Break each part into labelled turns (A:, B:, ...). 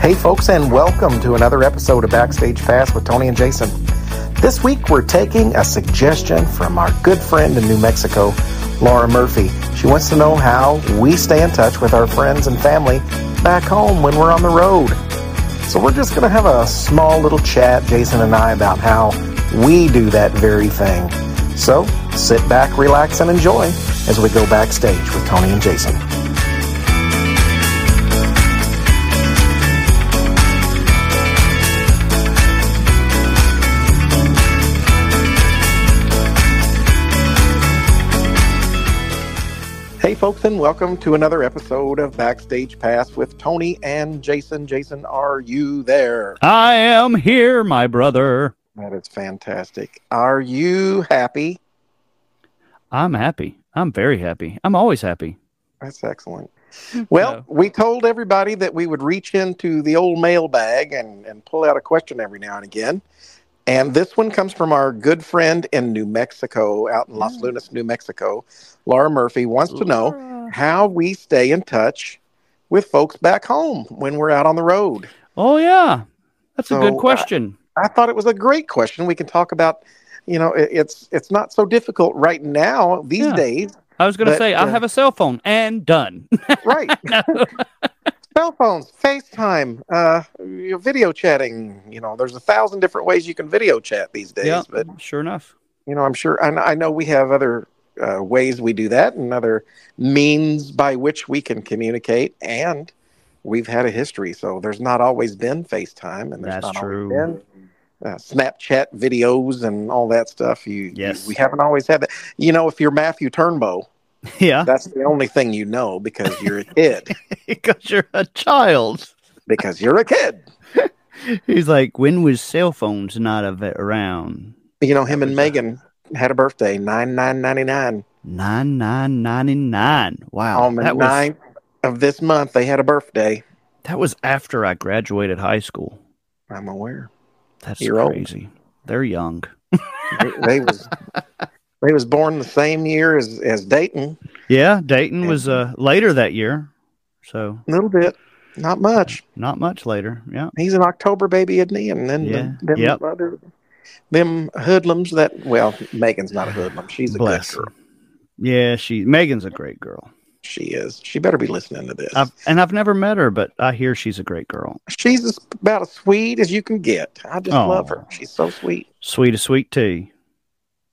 A: Hey, folks, and welcome to another episode of Backstage Pass with Tony and Jason. This week, we're taking a suggestion from our good friend in New Mexico, Laura Murphy. She wants to know how we stay in touch with our friends and family back home when we're on the road. So, we're just going to have a small little chat, Jason and I, about how we do that very thing. So, sit back, relax, and enjoy as we go backstage with Tony and Jason. Hey, folks, and welcome to another episode of Backstage Pass with Tony and Jason. Jason, are you there?
B: I am here, my brother.
A: That is fantastic. Are you happy?
B: I'm happy. I'm very happy. I'm always happy.
A: That's excellent. Well,
B: No.
A: we told everybody that we would reach into the old mailbag and, and pull out a question every now and again. And this one comes from our good friend in New Mexico, out in Las Lunas, New Mexico. Laura Murphy wants to know how we stay in touch with folks back home when we're out on the road.
B: Oh yeah, that's a
A: So,
B: good
A: uh,
B: question.
A: I thought it was a great question. We can talk about, you know, it, it's it's not so difficult right now these
B: Yeah.
A: days,
B: I was going to
A: but,
B: say
A: uh,
B: I have a cell phone and done.
A: right? Cell phones, FaceTime, uh, you know, video chatting. You know, there's a thousand different ways you can video chat these days.
B: yeah,
A: But
B: sure enough.
A: you know, I'm sure I, kn- I know we have other uh, ways we do that and other means by which we can communicate. And we've had a history, so there's not always been FaceTime, and there's
B: That's
A: not
B: true.
A: always been uh, Snapchat videos and all that stuff. You, you-
B: Yes.
A: we haven't always had that. You know, if you're Matthew Turnbow,
B: Yeah,
A: that's the only thing you know because you're a kid.
B: because you're a child.
A: because you're a kid.
B: He's like, when was cell phones not av- around?
A: You know, him and
B: That was a-
A: Megan had a birthday nine nine ninety nine
B: Nine nine ninety nine. Wow,
A: on the
B: that was
A: 9th of this month. They had a birthday.
B: that was after I graduated high school.
A: I'm aware.
B: That's
A: You're old.
B: crazy. They're young.
A: They, they was they was born the same year as as Dayton.
B: Yeah, Dayton
A: Yeah.
B: was uh, later that year, so
A: A little bit, not much.
B: not much later. Yeah,
A: He's an October baby, isn't he? And then the-
B: Yeah.
A: them
B: Yep.
A: other them hoodlums that well, Megan's not a hoodlum. She's a
B: bless.
A: good girl.
B: Yeah, she Megan's a great girl.
A: She is. She better be listening to this.
B: I've, and I've never met her, but I hear she's a great girl.
A: She's as, about as sweet as you can get. I just love her.
B: Aw.
A: She's so sweet.
B: Sweet as sweet tea.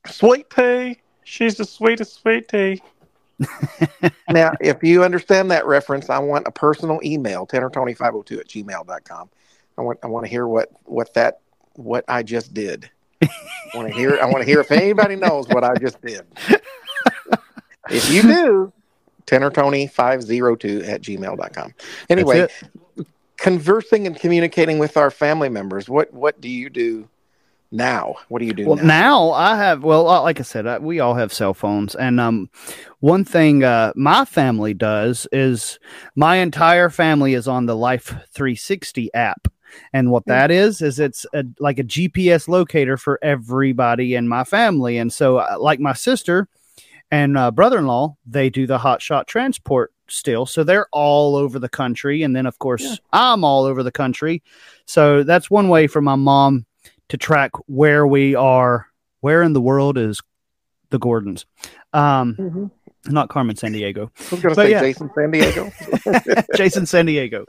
A: Sweet tea. She's the sweetest sweet tea. now, if you understand that reference, I want a personal email, tannertony502 at gmail.com. I want I want to hear what what that what I just did. I want to hear I want to hear if anybody knows what I just did. If you do, tannertony502 at gmail.com.
B: That's
A: Anyway,
B: it.
A: conversing and communicating with our family members, what what do you do now? What do you do
B: well,
A: now?
B: now I have. Well, uh, like I said, I, we all have cell phones, and um, one thing uh, my family does is my entire family is on the Life 360 app. And
A: Hmm.
B: what that is is it's a, like a GPS locator for everybody in my family. And so, uh, like my sister and uh, brother-in-law, they do the hotshot transport still. So they're all over the country, and then of course
A: Yeah.
B: I'm all over the country. So that's one way for my mom to track where we are. Where in the world is the Gordons? Um,
A: Mhm.
B: not Carmen San Diego.
A: I was going to
B: But
A: say
B: yeah.
A: Jason San Diego.
B: Jason San Diego.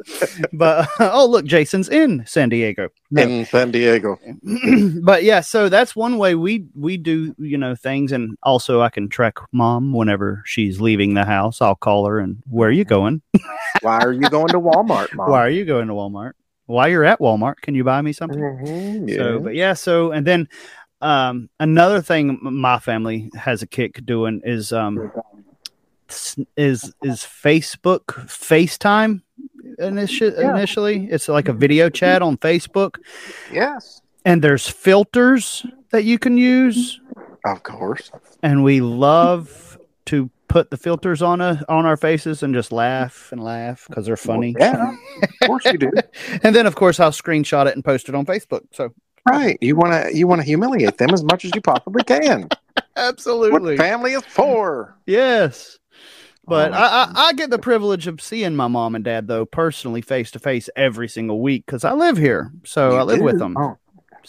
B: But oh look, Jason's in San Diego.
A: In San Diego.
B: but yeah, so that's one way we we do you know things, and also I can track mom whenever she's leaving the house. I'll call her and where are you going?
A: Why are you going to Walmart, Mom?
B: Why are you going to Walmart? While you're at Walmart, can you buy me something?
A: Mhm, yeah.
B: Mm-hmm, So, but yeah, so and then um, another thing m- my family has a kick doing is um, s- is is Facebook FaceTime. Initi-
A: Yeah.
B: Initially, it's like a video chat on Facebook,
A: yes,
B: and there's filters that you can use,
A: of course.
B: and we love to put the filters on a, on our faces and just laugh and laugh because they're funny.
A: Yeah, of course you do.
B: and then, of course, I'll screenshot it and post it on Facebook. So,
A: Right. You want to you want to humiliate them as much as you possibly can. What
B: absolutely,
A: family is for.
B: yes.
A: Oh,
B: But I, I, I get the privilege of seeing my mom and dad though personally face to face every single week because I live here, so I live with them.
A: Oh,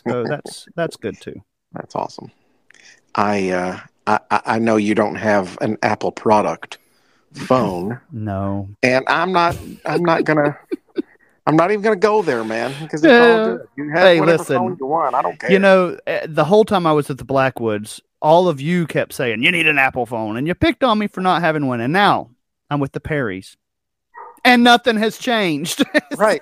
B: So that's that's good too.
A: that's awesome. I, uh, I I I know you don't have an Apple product phone,
B: No,
A: and I'm not I'm not gonna I'm not even gonna go there, man. Because
B: Yeah.
A: you have
B: Hey,
A: whatever
B: listen.
A: phone you want. I don't care.
B: you know eh, the whole time I was at the Blackwoods, all of you kept saying you need an Apple phone, and you picked on me for not having one. And now I'm with the Perrys, and nothing has changed.
A: right?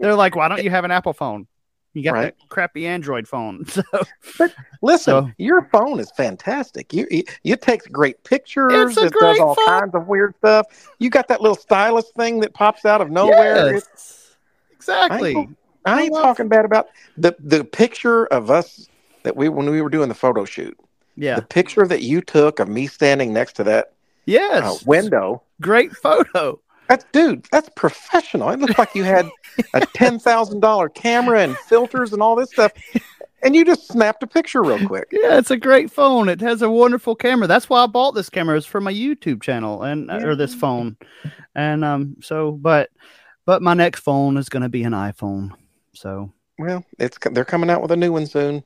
B: They're like, why don't you have an Apple phone? You got
A: Right.
B: that crappy Android phone. So
A: Listen,
B: So-
A: your phone is fantastic. You you- it takes great pictures.
B: It's a
A: it does
B: great
A: all
B: phone.
A: kinds of weird stuff. You got that little stylus thing that pops out of nowhere. It's-
B: Yes, exactly.
A: I ain't- I ain't
B: I love-
A: talking bad about the the picture of us that we when we were doing the photo shoot.
B: Yeah.
A: The picture that you took of me standing next to that
B: Yes.
A: uh, window.
B: Great photo.
A: That's dude. That's professional. It looked like you had a ten thousand dollar camera and filters and all this stuff, and you just snapped a picture real quick.
B: Yeah, it's a great phone. It has a wonderful camera. That's why I bought this camera. It's for my YouTube channel and uh, or this phone. And um so but but my next phone is going to be an iPhone. So
A: Well, it's they're coming out with a new one soon.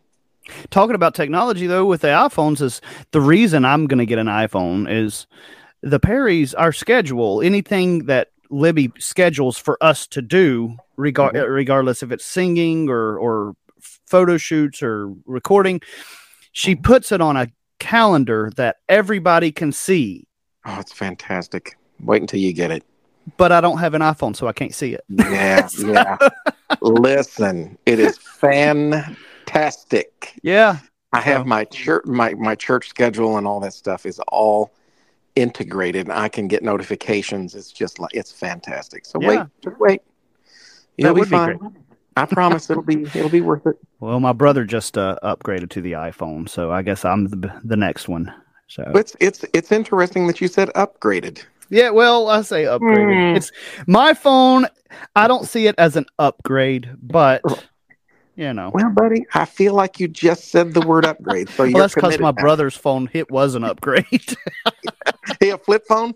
B: talking about technology though with the iPhones is the reason I'm going to get an iPhone is the Perry's our schedule. Anything that Libby schedules for us to do, regard
A: Mhm.
B: regardless if it's singing or or photo shoots or recording, she puts it on a calendar that everybody can see.
A: Oh, it's fantastic. Wait until you get it.
B: But I don't have an iPhone, so I can't see it.
A: Yeah, yeah. Listen, it is fantastic.
B: Yeah,
A: I have
B: So-
A: my church my, my church schedule and all that stuff is all integrated and I can get notifications. It's just like it's fantastic. So wait,
B: Yeah.
A: just wait. You'll be
B: would be
A: fine. I promise it'll be it'll be worth it.
B: Well, my brother just uh, upgraded to the iPhone, so I guess I'm the, the next one. So
A: But it's it's it's interesting that you said upgraded.
B: Yeah, well, I say upgraded.
A: Hmm.
B: It's my phone. I don't see it as an upgrade, but you know, well,
A: Well, buddy, I feel like you just said the word upgrade. So you're
B: that's because
A: committed
B: my
A: now.
B: brother's phone hit was an upgrade.
A: Hey, a flip phone?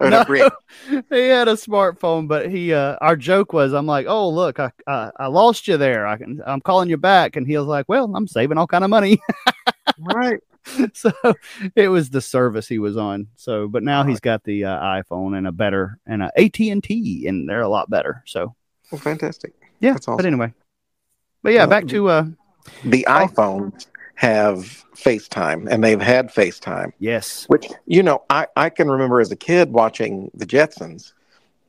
A: Or an
B: No,
A: upgrade.
B: he had a smartphone, but he. Uh, our joke was, I'm like, oh look, I, I I lost you there. I can, I'm calling you back, and he was like, well, I'm saving all kind of money.
A: Right.
B: so it was the service he was on. So, but now he's got the uh, iPhone and a better and a AT and T, and they're a lot better. So
A: Well, fantastic.
B: yeah,
A: That's
B: but
A: awesome.
B: anyway, but yeah, back to uh,
A: The iPhones have FaceTime and they've had FaceTime,
B: yes.
A: which, you know, I, I can remember as a kid watching the Jetsons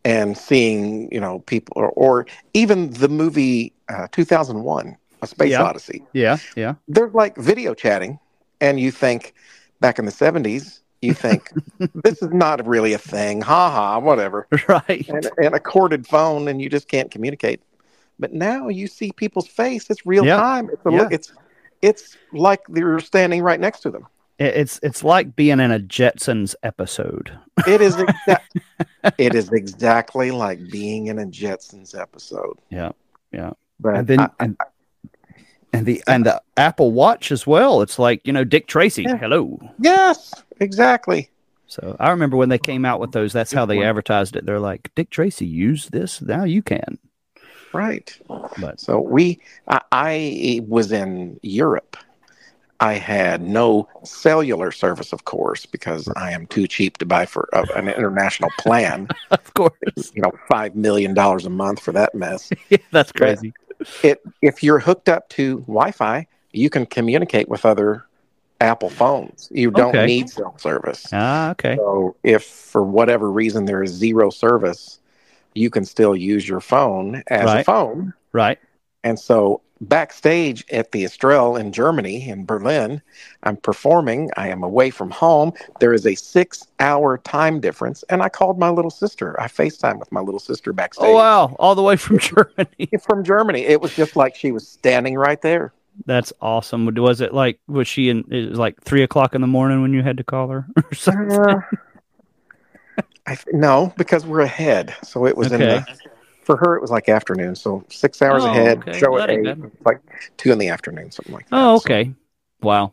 A: and seeing, you know, people or, or even the movie uh, 2001, A Space
B: Yeah.
A: Odyssey.
B: Yeah, yeah.
A: They're like video chatting. And you think back in the 70s, you think this is not really a thing. Ha ha, whatever.
B: Right.
A: and, and a corded phone and you just can't communicate but now you see people's face it's real
B: Yeah.
A: time it's, a,
B: Yeah.
A: look it's it's like you're standing right next to them
B: It- It's it's like being in a Jetsons episode.
A: it is exa- it is exactly like being in a jetsons episode
B: Yeah, yeah.
A: but
B: And then
A: I-
B: and, and the and the Apple Watch as well. It's like, you know, Dick Tracy,
A: Yeah.
B: hello.
A: yes exactly
B: So I remember when they came out with those, that's how they advertised it. They're like, Dick Tracy used this, now you can.
A: right
B: But
A: so we I, I was in europe i had no cellular service of course because i am too cheap to buy for uh, an international plan
B: of course.
A: you know five million dollars a month for that mess
B: that's crazy.
A: it if you're hooked up to Wi-Fi, you can communicate with other Apple phones. You don't
B: Okay.
A: need cell service.
B: Ah, okay.
A: So if for whatever reason there is zero service, you can still use your phone as a
B: Right.
A: phone.
B: Right.
A: And so backstage at the Estrell in Germany in Berlin, I'm performing. I am away from home. There is a six-hour time difference, and I called my little sister. I FaceTime with my little sister backstage
B: Oh wow. All the way from Germany.
A: from Germany. It was just like she was standing right there.
B: That's awesome. Was it like was she in it was like three o'clock in the morning when you had to call her or something?
A: Uh, I th- no, because we're ahead. So it was in
B: Okay.
A: the, for her, it was like afternoon. So six hours
B: Oh,
A: ahead,
B: okay.
A: show
B: Well,
A: at
B: that ain't
A: eight, like two in the afternoon, something like that.
B: Oh,
A: So,
B: okay. Wow.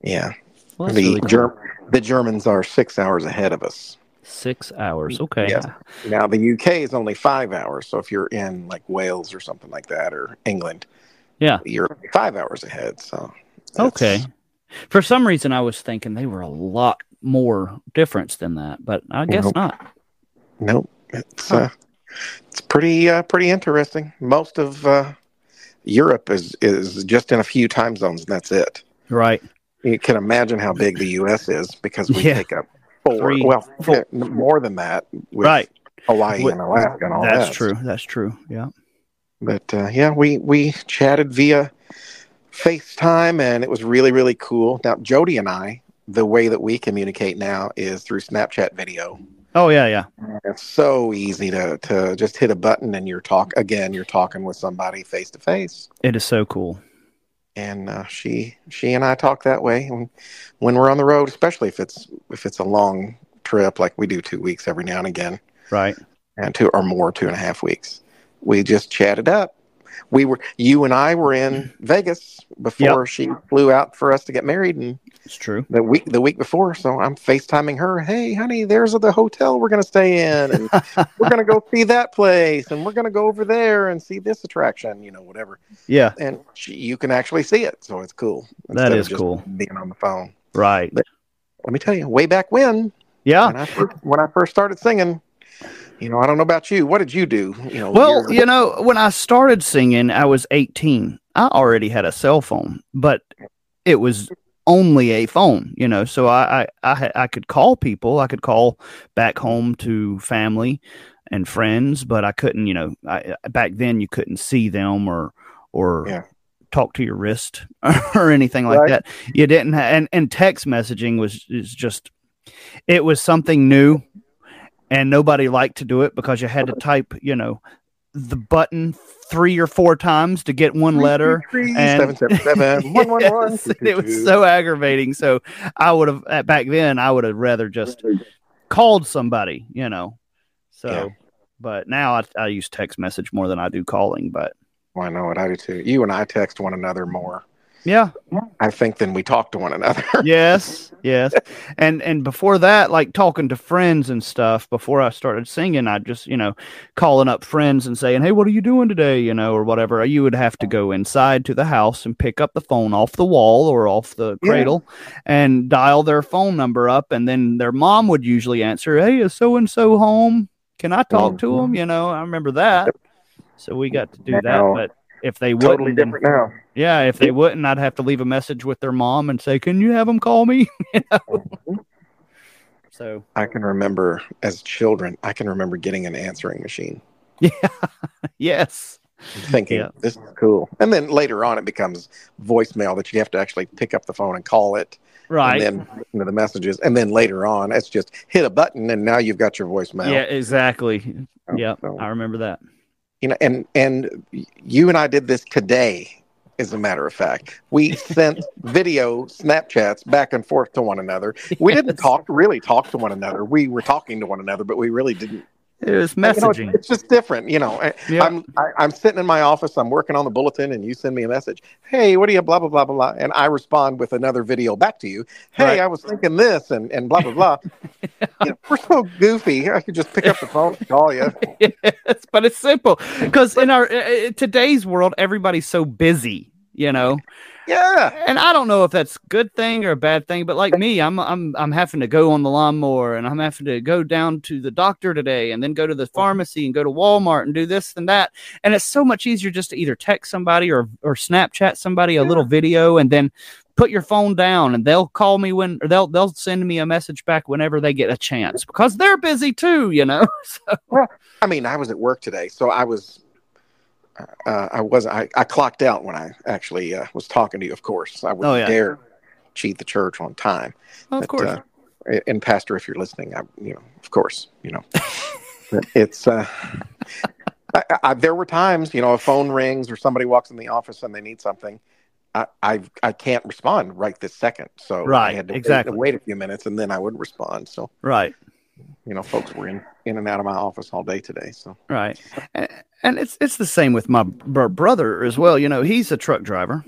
A: yeah.
B: Well, that's
A: the,
B: really cool.
A: Germ- the Germans are six hours ahead of us.
B: Six hours. Okay.
A: Yes. Now the UK is only five hours, so if you're in like Wales or something like that, or England,
B: Yeah.
A: you're five hours ahead. So it's-
B: Okay. For some reason, I was thinking they were a lot more difference than that, but I guess
A: Nope.
B: not.
A: Nope. It's
B: Huh.
A: uh, it's pretty uh, pretty interesting. Most of uh, Europe is is just in a few time zones, and that's it.
B: Right.
A: You can imagine how big the U.S. is because we
B: Yeah.
A: take up four,
B: Three,
A: well, yeah, more than that, with
B: Right.
A: Hawaii
B: With-
A: and Alaska and all
B: That's
A: that.
B: true. That's true. Yeah.
A: But uh, yeah, we we chatted via FaceTime, and it was really really cool. Now Jody and I, the way that we communicate now is through Snapchat video.
B: Oh yeah, yeah.
A: It's so easy to to just hit a button and you're talk again. You're talking with somebody face to face,
B: It is so cool.
A: and uh, she she and I talk that way when, when we're on the road, especially if it's if it's a long trip like we do two weeks every now and again,
B: Right.
A: and two or more two and a half weeks. We just chatted up. We were you and I were in Vegas before she flew out for us to get married, and
B: It's true.
A: the week the week before. So I'm FaceTiming her. Hey, honey, there's the hotel we're gonna stay in, and we're gonna go see that place, and we're gonna go over there and see this attraction, you know, whatever.
B: Yeah.
A: And she, you can actually see it, so it's cool.
B: That
A: of
B: is
A: just
B: cool.
A: Being on the phone.
B: Right.
A: Let me tell you, way back when,
B: Yeah.
A: when I first, when I first started singing, you know, I don't know about you. What did you do? You know,
B: Well,
A: you're-
B: you know, when I started singing, I was 18. I already had a cell phone, but it was only a phone, you know. So I, I, I, ha- I could call people. I could call back home to family and friends, but I couldn't, you know, I, I- back then you couldn't see them or, or
A: Yeah.
B: talk to your wrist or anything like
A: Right.
B: that. You didn't, ha- and and text messaging was is just, it was something new, and nobody liked to do it because you had to type, you know, the button three or four times to get one letter.
A: seven
B: and-
A: seven seven one one one.
B: Yes, and it was so aggravating. So I would have uh, back then. I would have rather just called somebody, you know. So,
A: Yeah.
B: but now I, I use text message more than I do calling. But
A: Well, I know what I do too. You and I text one another more.
B: yeah,
A: I think then we talk to one another.
B: yes, yes. And and before that, like talking to friends and stuff. Before I started singing, I just you know calling up friends and saying, "Hey, what are you doing today?" You know, or whatever. You would have to go inside to the house and pick up the phone off the wall or off the
A: Yeah.
B: cradle and dial their phone number up, and then their mom would usually answer, "Hey, is so and so home? Can I
A: Oh.
B: talk to them?" You know, I remember that. So we got to do that,
A: Now,
B: but. If they
A: totally
B: wouldn't, then-
A: different now.
B: yeah, if they wouldn't, I'd have to leave a message with their mom and say, "Can you have them call me?" So
A: I can remember as children, I can remember getting an answering machine
B: yes,
A: thinking
B: Yeah.
A: this is cool. And then later on, it becomes voicemail that you have to actually pick up the phone and call it and
B: right.
A: then listen to the messages. And then later on, it's just hit a button and now you've got your voicemail.
B: yeah, exactly.
A: So-
B: yeah,
A: oh, so,
B: I remember that.
A: you know, and, and you and I did this today. As a matter of fact, we sent video Snapchats back and forth to one another. We didn't
B: Yes.
A: talk really talk to one another. We were talking to one another, but we really didn't
B: It was
A: You know, it's-
B: messaging.
A: it's just different, you know. I,
B: Yeah.
A: I'm I, I'm sitting in my office. I'm working on the bulletin, and you send me a message. Hey, what do you blah blah blah blah blah? And I respond with another video back to you. Hey,
B: Right.
A: I was thinking this, and and blah blah blah. you know, we're so goofy. I could just pick up the phone and call you.
B: Yes, but it's simple because in our uh, uh, today's world, everybody's so busy. You know,
A: Yeah,
B: and I don't know if that's a good thing or a bad thing, but like me, I'm I'm I'm having to go on the lawnmower and I'm having to go down to the doctor today and then go to the pharmacy and go to Walmart and do this and that. And it's so much easier just to either text somebody or or Snapchat somebody a little video and then put your phone down and they'll call me when or they'll they'll send me a message back whenever they get a chance because they're busy too, you know. So
A: I mean, I was at work today, so I was. Uh, I was I, I clocked out when I actually uh, was talking to you. Of course, I wouldn't
B: Oh, yeah.
A: dare cheat the church on time.
B: of
A: But,
B: course.
A: uh, and pastor, if you're listening, I, you know, of course, you know, But it's, uh, I, I, there were times, you know, a phone rings or somebody walks in the office and they need something. I, I, I can't respond right this second. So I
B: Right,
A: had to wait-
B: exactly.
A: wait, a few minutes and then I would respond. So,
B: right.
A: you know, folks were in, in and out of my office all day today. So
B: Right. And, and it's it's the same with my br- brother as well. You know, he's a truck driver.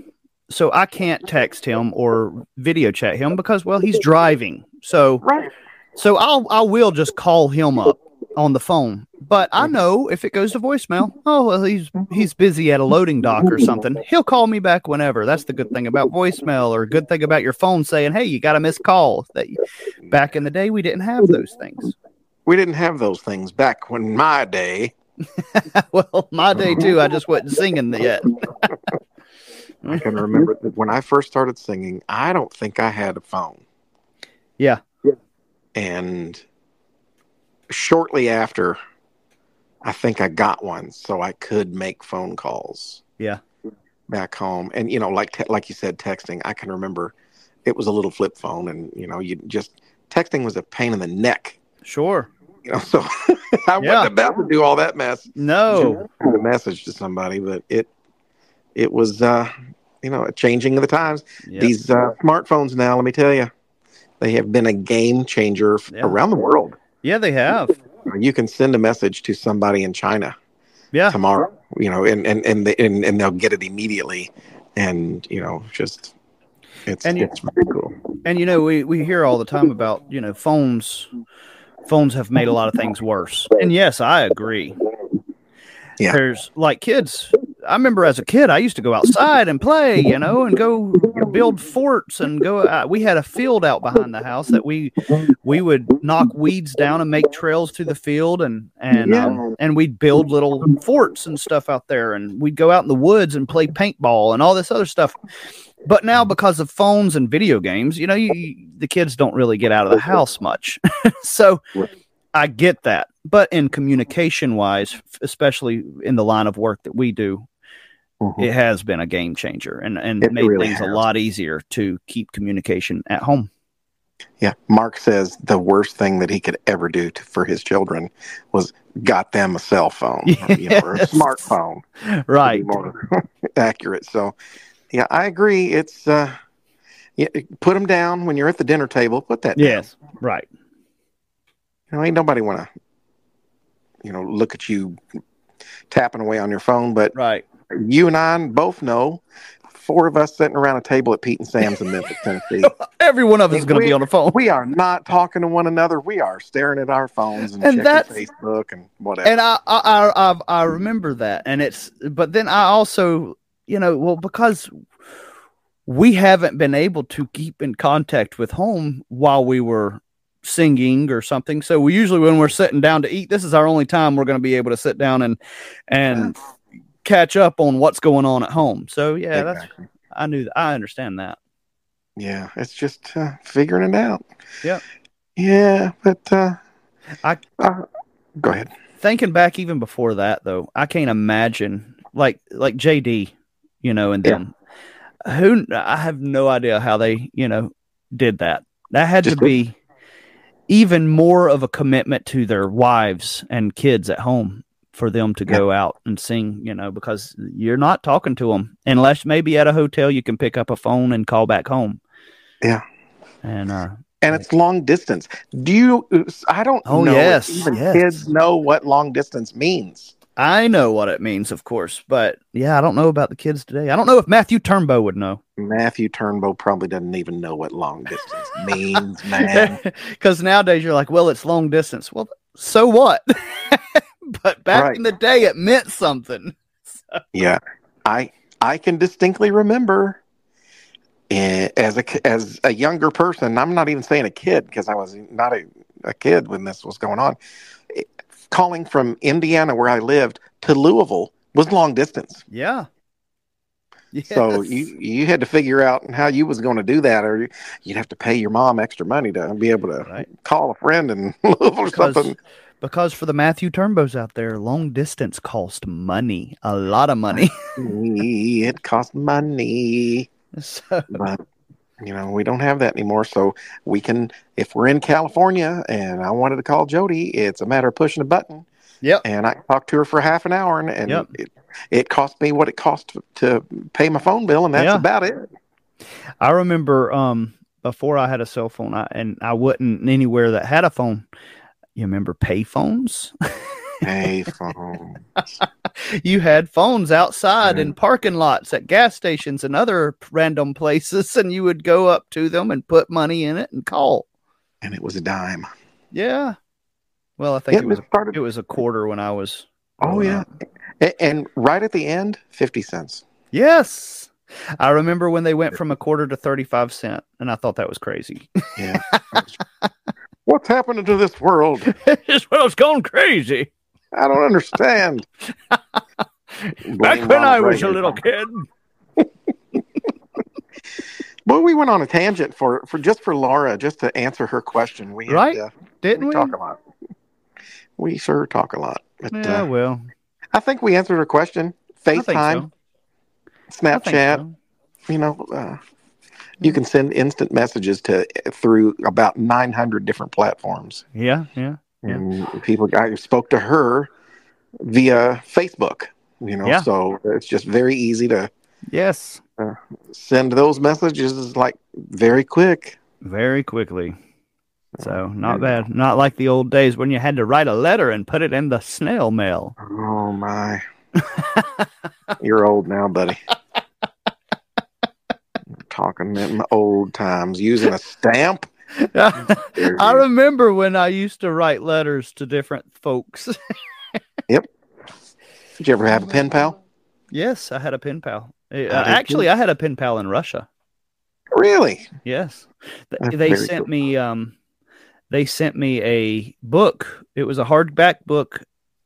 B: So I can't text him or video chat him because well, he's driving. So
A: right.
B: So I'll I will just call him up on the phone. But I know if it goes to voicemail, oh well he's he's busy at a loading dock or something. He'll call me back whenever. That's the good thing about voicemail or good thing about your phone saying, "Hey, you got a missed call." That back in the day we didn't have those things.
A: We didn't have those things back when my day.
B: well, my day too. I just wasn't singing yet.
A: I
B: Mhm.
A: can remember that when I first started singing, I don't think I had a phone.
B: Yeah.
A: And shortly after, I think I got one so I could make phone calls
B: Yeah.
A: back home. And, you know, like, te- like you said, texting, I can remember it was a little flip phone and, you know, you just texting was a pain in the neck,
B: Sure.
A: you know, so I
B: Yeah.
A: wasn't about to do all that mess,
B: No.
A: a message to somebody, but it, it was, uh, you know, a changing of the times.
B: Yep.
A: These uh, smartphones now, let me tell you, they have been a game changer f-
B: Yeah.
A: around the world.
B: Yeah, they have.
A: You can send a message to somebody in China
B: Yeah.
A: tomorrow, you know, and and and, the, and and they'll get it immediately, and you know, just it's
B: And you-
A: it's really cool.
B: And you know, we, we hear all the time about, you know, phones phones have made a lot of things worse. And yes, I agree.
A: Yeah.
B: There's like kids. I remember as a kid, I used to go outside and play, you know, and go build forts and go. Uh, we had a field out behind the house that we we would knock weeds down and make trails through the field, and and um, and we'd build little forts and stuff out there, and we'd go out in the woods and play paintball and all this other stuff. But now, because of phones and video games, you know, you, you- the kids don't really get out of the house much. so I get that. But in communication wise, f- especially in the line of work that we do,
A: Mhm.
B: it has been a game changer and, and
A: It
B: made
A: really
B: things
A: has.
B: a lot easier to keep communication at home.
A: Yeah, Mark says the worst thing that he could ever do to, for his children was got them a cell phone, or, you know, or a
B: Yes.
A: smartphone, to be
B: Right.
A: more accurate. So, yeah, I agree. It's uh, yeah, put them down when you're at the dinner table. Put that down.
B: Yes. Right.
A: You know, ain't nobody want to, you know, look at you tapping away on your phone. But
B: Right.
A: you and I both know, four of us sitting around a table at Pete and Sam's in Memphis, Tennessee.
B: Every one of us is
A: If
B: going to
A: we-
B: be on the phone.
A: We are not talking to one another. We are staring at our phones and,
B: And
A: checking
B: that's-
A: Facebook and whatever.
B: and I, I I I- I remember that, and it's but then I also you know well because we haven't been able to keep in contact with home while we were singing or something. So we usually when we're sitting down to eat, this is our only time we're going to be able to sit down and and catch up on what's going on at home. So yeah, that's
A: Exactly.
B: I knew I understand that.
A: yeah, it's just uh, figuring it out.
B: Yep.
A: Yeah, but uh,
B: I-
A: uh, go ahead.
B: thinking back even before that though, I can't imagine like like JD, you know, and
A: Yeah.
B: them. Who I have no idea how they, you know, did that. That had
A: Just
B: to be even more of a commitment to their wives and kids at home for them to go out and sing, you know, because you're not talking to them unless maybe at a hotel you can pick up a phone and call back home.
A: Yeah.
B: And uh
A: and it's long distance. Do you? uh, I don't
B: Oh,
A: know. if
B: yes,
A: even
B: yes.
A: kids know what long distance means.
B: I know what it means, of course, but yeah, I don't know about the kids today. I don't know if Matthew Turnbow would know.
A: Matthew Turnbow probably doesn't even know what long distance means, man.
B: Because nowadays you're like, well, it's long distance. Well, so what? but back
A: Right.
B: in the day, it meant something.
A: Yeah, I I can distinctly remember eh, as a ki- as a younger person. I'm not even saying a kid because I was not a, a kid when this was going on. Eh, Calling from Indiana, where I lived, to Louisville was long distance.
B: Yeah.
A: So
B: Yes.
A: you you had to figure out how you was going to do that, or you'd have to pay your mom extra money to be able to
B: Right.
A: call a friend and or
B: Because,
A: something.
B: because for the Matthew Turnbows out there, long distance cost money, a lot of money.
A: it cost money,
B: so,
A: but you know we don't have that anymore. So we can, if we're in California and I wanted to call Jody, it's a matter of pushing a button.
B: Yep.
A: And I talked to her for half an hour, and, and
B: Yep.
A: it, it cost me what it cost to, to pay my phone bill, and that's
B: Yeah.
A: about it.
B: I remember um before I had a cell phone, I, and I wasn't anywhere that had a phone. You remember pay phones?
A: Pay phone.
B: you had phones outside
A: Mhm.
B: in parking lots at gas stations and other random places and you would go up to them and put money in it and call
A: and it was a dime.
B: Yeah. Well, I think
A: Yeah,
B: it was
A: this started-
B: it was a quarter when I was.
A: Oh
B: growing
A: yeah,
B: up.
A: A- and right at the end, fifty cents.
B: Yes. I remember when they went from a quarter to 35 cent and I thought that was crazy.
A: Yeah. What's happening to this world?
B: this world's gone crazy.
A: I don't understand.
B: Back when I was a little kid.
A: Well, we went on a tangent for, for just for Laura, just to answer her question. We had,
B: Right,
A: uh,
B: Didn't
A: we
B: we?
A: talk a lot. We sure talk a lot. But
B: yeah,
A: uh,
B: well.
A: I think we answered her question.
B: I think
A: FaceTime,
B: so. I think
A: Snapchat.
B: so.
A: You know, uh, you can send instant messages to through about nine hundred different platforms.
B: Yeah, yeah. Yeah.
A: and people I spoke to her via Facebook. You know,
B: Yeah.
A: so it's just very easy to
B: Yes.
A: send those messages like very quick.
B: Very quickly. So not
A: Yeah.
B: bad. Not like the old days when you had to write a letter and put it in the snail mail.
A: Oh my! You're old now, buddy. Talking in the old times, using a stamp.
B: I remember when I used to write letters to different folks.
A: Did you ever have a pen pal?
B: yes, I had a pen pal. Uh,
A: did
B: actually, I had a pen pal in Russia.
A: Really?
B: Yes, Th-
A: That's
B: they
A: very
B: sent
A: cool.
B: me. Um, they sent me a book. It was a hardback book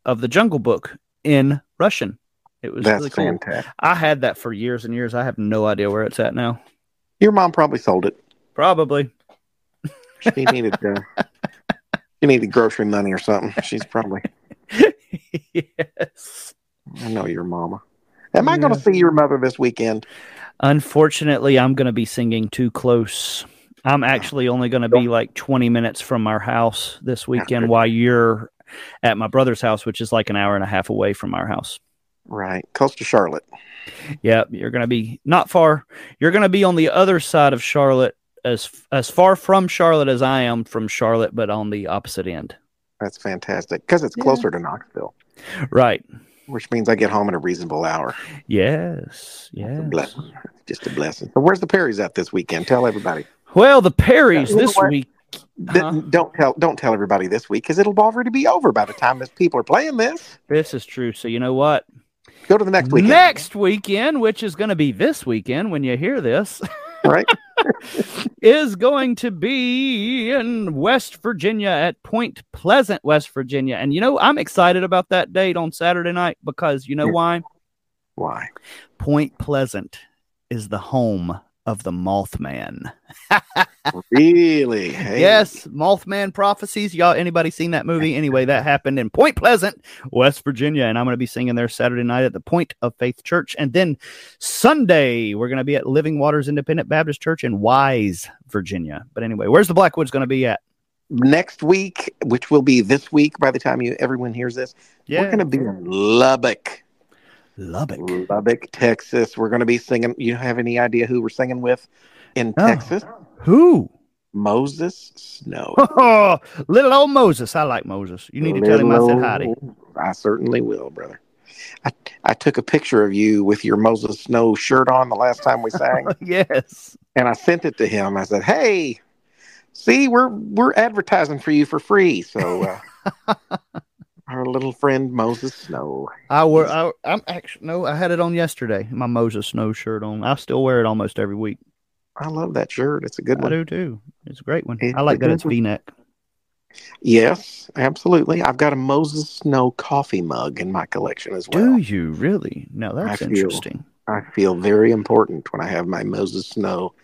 B: of the Jungle Book in Russian. It was
A: That's
B: really cool.
A: fantastic.
B: I had that for years and years. I have no idea where it's at now.
A: Your mom probably sold it.
B: Probably.
A: She needed. Uh, she needed grocery money or something. She's probably.
B: yes.
A: I know your mama. Am I going to
B: Yeah.
A: see your mother this weekend?
B: Unfortunately, I'm going to be singing too close. I'm actually only going to be like 20 minutes from our house this weekend
A: good.
B: while you're at my brother's house, which is like an hour and a half away from our house.
A: Right, close to Charlotte.
B: Yep, you're going to be not far. You're going to be on the other side of Charlotte as as far from Charlotte as I am from Charlotte, but on the opposite end.
A: That's fantastic because it's
B: Yeah.
A: closer to Knoxville,
B: Right.
A: which means I get home at a reasonable hour. It's
B: Yes.
A: a
B: Yes.
A: blessing. It's Just a blessing. So where's the Perrys at this weekend? Tell everybody.
B: Well, the Perrys
A: Yeah, you
B: this
A: know what?
B: week.
A: Th-
B: Huh?
A: Don't tell. Don't tell everybody this week because it'll already be over by the time this people are playing this.
B: This is true. So you know what?
A: Go to the next weekend.
B: Next weekend, which is going to be this weekend when you hear this,
A: Right.
B: is going to be in West Virginia at Point Pleasant, West Virginia. And you know, I'm excited about that date on Saturday night because you know
A: Yeah.
B: why?
A: Why?
B: Point Pleasant is the home of the Mothman.
A: Really? Hey,
B: Yes, Mothman prophecies. Y'all, anybody seen that movie? Anyway, that happened in Point Pleasant, West Virginia, and I'm going to be singing there Saturday night at the Point of Faith Church, and then Sunday we're going to be at Living Waters Independent Baptist Church in Wise, Virginia. But anyway, where's the Blackwoods going to be at?
A: Next week, which will be this week by the time you everyone hears this, we're going to be in Lubbock.
B: Lubbock.
A: Mm. Lubbock, Texas. We're going to be singing. You have any idea who we're singing with in
B: No.
A: Texas?
B: Who?
A: Moses Snow.
B: little old Moses. I like Moses. You need to tell him I said hi. to-
A: Little- I certainly will, brother. I, I took a picture of you with your Moses Snow shirt on the last time we sang,
B: Yes.
A: and I sent it to him. I said, "Hey, see, we're we're advertising for you for free." So. Uh, Our little friend Moses Snow.
B: I wore. I, I'm actually no. I had it on yesterday. My Moses Snow shirt on. I still wear it almost every week.
A: I love that shirt. It's a good
B: I
A: one.
B: do too. It's a great one.
A: It's
B: I like
A: a
B: that
A: good
B: it's
A: one.
B: V neck.
A: Yes, absolutely. I've got a Moses Snow coffee mug in my collection as well.
B: Do you really? Now that's
A: feel-
B: interesting.
A: I feel very important when I have my Moses Snow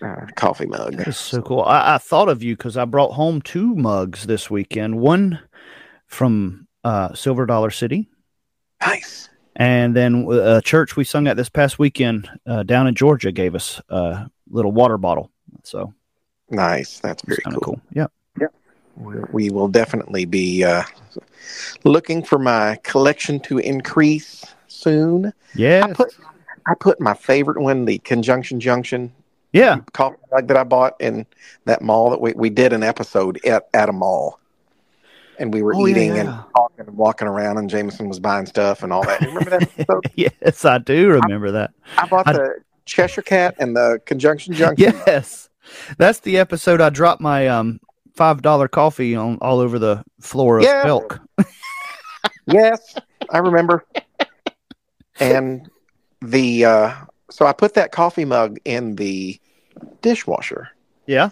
A: uh, coffee mug.
B: That is so cool. I, I thought of you because I brought home two mugs this weekend. One from uh, Silver Dollar City,
A: Nice.
B: and then uh, a church we sung at this past weekend uh, down in Georgia gave us a little water bottle. So
A: Nice. That's very
B: it's kind
A: cool.
B: of cool. Yeah.
A: We're- We will definitely be uh, looking for my collection to increase soon.
B: Yes.
A: I put I put my favorite one, the Conjunction Junction
B: yeah.
A: coffee mug that I bought in that mall that we, we did an episode at, at a mall. And we were
B: Oh, yeah,
A: eating
B: yeah.
A: and talking and walking around, and Jameson was buying stuff and all that. You Remember that? episode?
B: Yes, I do remember that.
A: I bought
B: I-
A: the Cheshire Cat and the Conjunction Junction.
B: Yes. That's the episode I dropped my um five dollar coffee on all over the floor of
A: Yeah.
B: milk.
A: yes, I remember. And the uh, so I put that coffee mug in the dishwasher,
B: Yeah.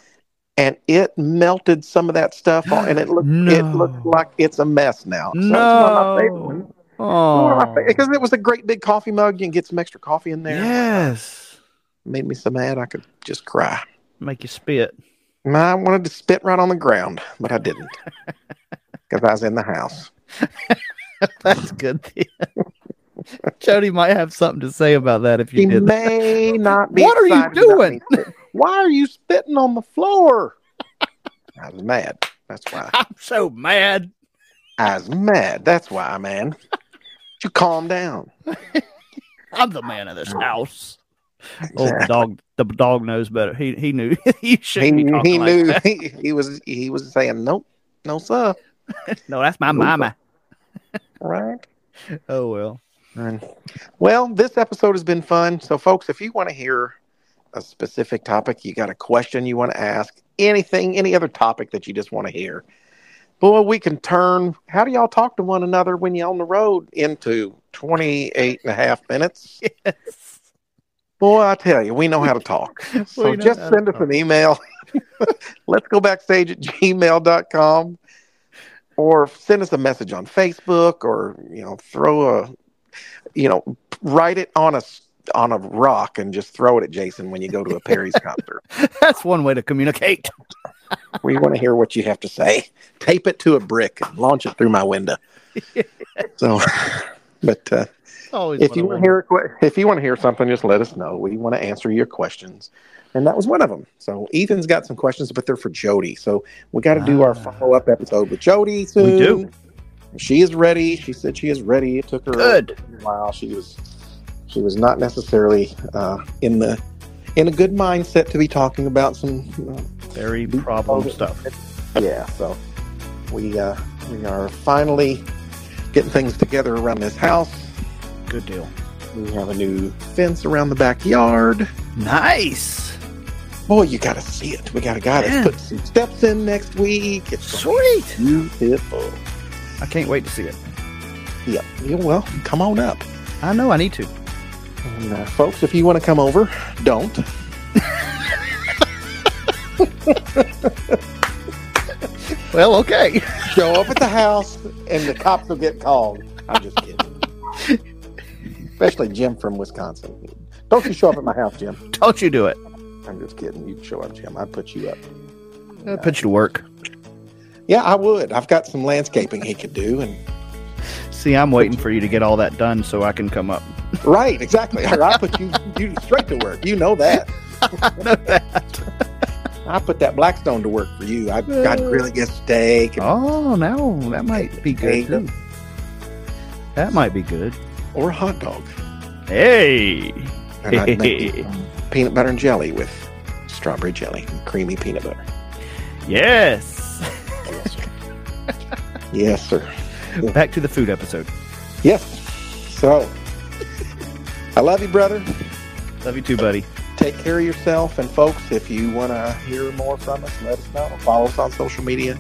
A: and it melted some of that stuff, on, and it looked it
B: No.
A: looks like it's a mess now. it's
B: No.
A: Because
B: Oh.
A: it was a great big coffee mug, you can get some extra coffee in there.
B: Yes.
A: Made me so mad I could just cry.
B: Make you spit.
A: And I wanted to spit right on the ground, but I didn't because I was in the house.
B: That's good. Jody might have something to say about that if you
A: He
B: did. that.
A: may not be.
B: What are you
A: excited about
B: doing?
A: me spitting. Why are you spitting on the floor? I was mad. That's why.
B: I'm so mad.
A: I was mad. That's why, man. You calm down.
B: I'm the man of
A: Ah.
B: this house. Oh, the
A: Exactly.
B: dog. The dog knows better. He he knew he
A: he
B: shouldn't be talking
A: he
B: like
A: knew
B: that.
A: he, he was he was saying nope, no sir.
B: No, that's my mama.
A: All right.
B: Oh well.
A: Right. Well, this episode has been fun. So, folks, if you want to hear a specific topic, you got a question you want to ask, anything, any other topic that you just want to hear, boy, we can turn how do y'all talk to one another when you're on the road into 28 and a half minutes? Boy, I tell you, we know how to talk. so,
B: know
A: just
B: how to
A: send us
B: talk.
A: an email. Let's go backstage at gmail.com or send us a message on Facebook or you know throw a you know write it on a s- on a rock and just throw it at Jason when you go to a Perry's concert.
B: That's one way to communicate.
A: We want to hear what you have to say. Tape it to a brick and launch it through my window. So but uh,
B: Always
A: if
B: what I
A: you want
B: want.
A: to hear a que- if you want to hear something just let us know. We want to answer your questions. And that was one of them. So Ethan's got some questions but they're for Jody. So we got to do our
B: Ah.
A: follow-up episode with Jody soon.
B: we do
A: she is ready. She said she is ready. It took her
B: good.
A: a while. She was she was not necessarily uh, in the in a good mindset to be talking about some uh,
B: Very problem stuff.
A: yeah. So we uh, we are finally getting things together around this house.
B: Good deal.
A: We have a new fence around the backyard.
B: Nice.
A: Boy, you got to see it. We got a guy
B: Yeah.
A: that's put some steps in next week. It's gonna
B: Sweet.
A: be beautiful.
B: I can't wait to see it.
A: Yeah. yeah. Well, come on up.
B: I know I need to.
A: And, uh, folks, if you want to come over, don't.
B: Well, okay.
A: Show up at the house, and the cops will get called. I'm just kidding. Especially Jim from Wisconsin. Don't you show up at my house, Jim.
B: Don't you do it.
A: I'm just kidding. You show up, Jim. I'd put you up.
B: I'll put you to work.
A: Yeah, I would. I've got some landscaping he could do, and
B: See, I'm waiting for you to get all that done so I can come up.
A: right, exactly. Or I put you you straight to work. You know that.
B: Know that. Uh.
A: I put that Blackstone to work for you. I got grilling a steak,
B: Oh, now that might be good. Too. That might be good.
A: or a hot dog,
B: Hey.
A: and I'd make you some peanut butter and jelly with strawberry jelly and creamy peanut butter.
B: Yes.
A: Yes, sir. yes, sir.
B: Back to the food episode.
A: Yes. So, I love you, brother.
B: Love you too, buddy.
A: Take care of yourself. And, folks, if you want to hear more from us, let us know. Follow us on social media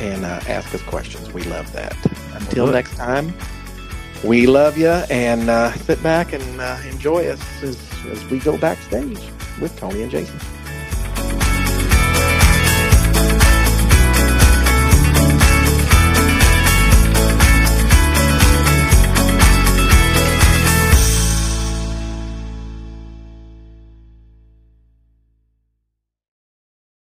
A: and uh, ask us questions. We love that. Until
B: do it.
A: next time, we love you and uh, sit back and uh, enjoy us as, as we go backstage with Tony and Jason.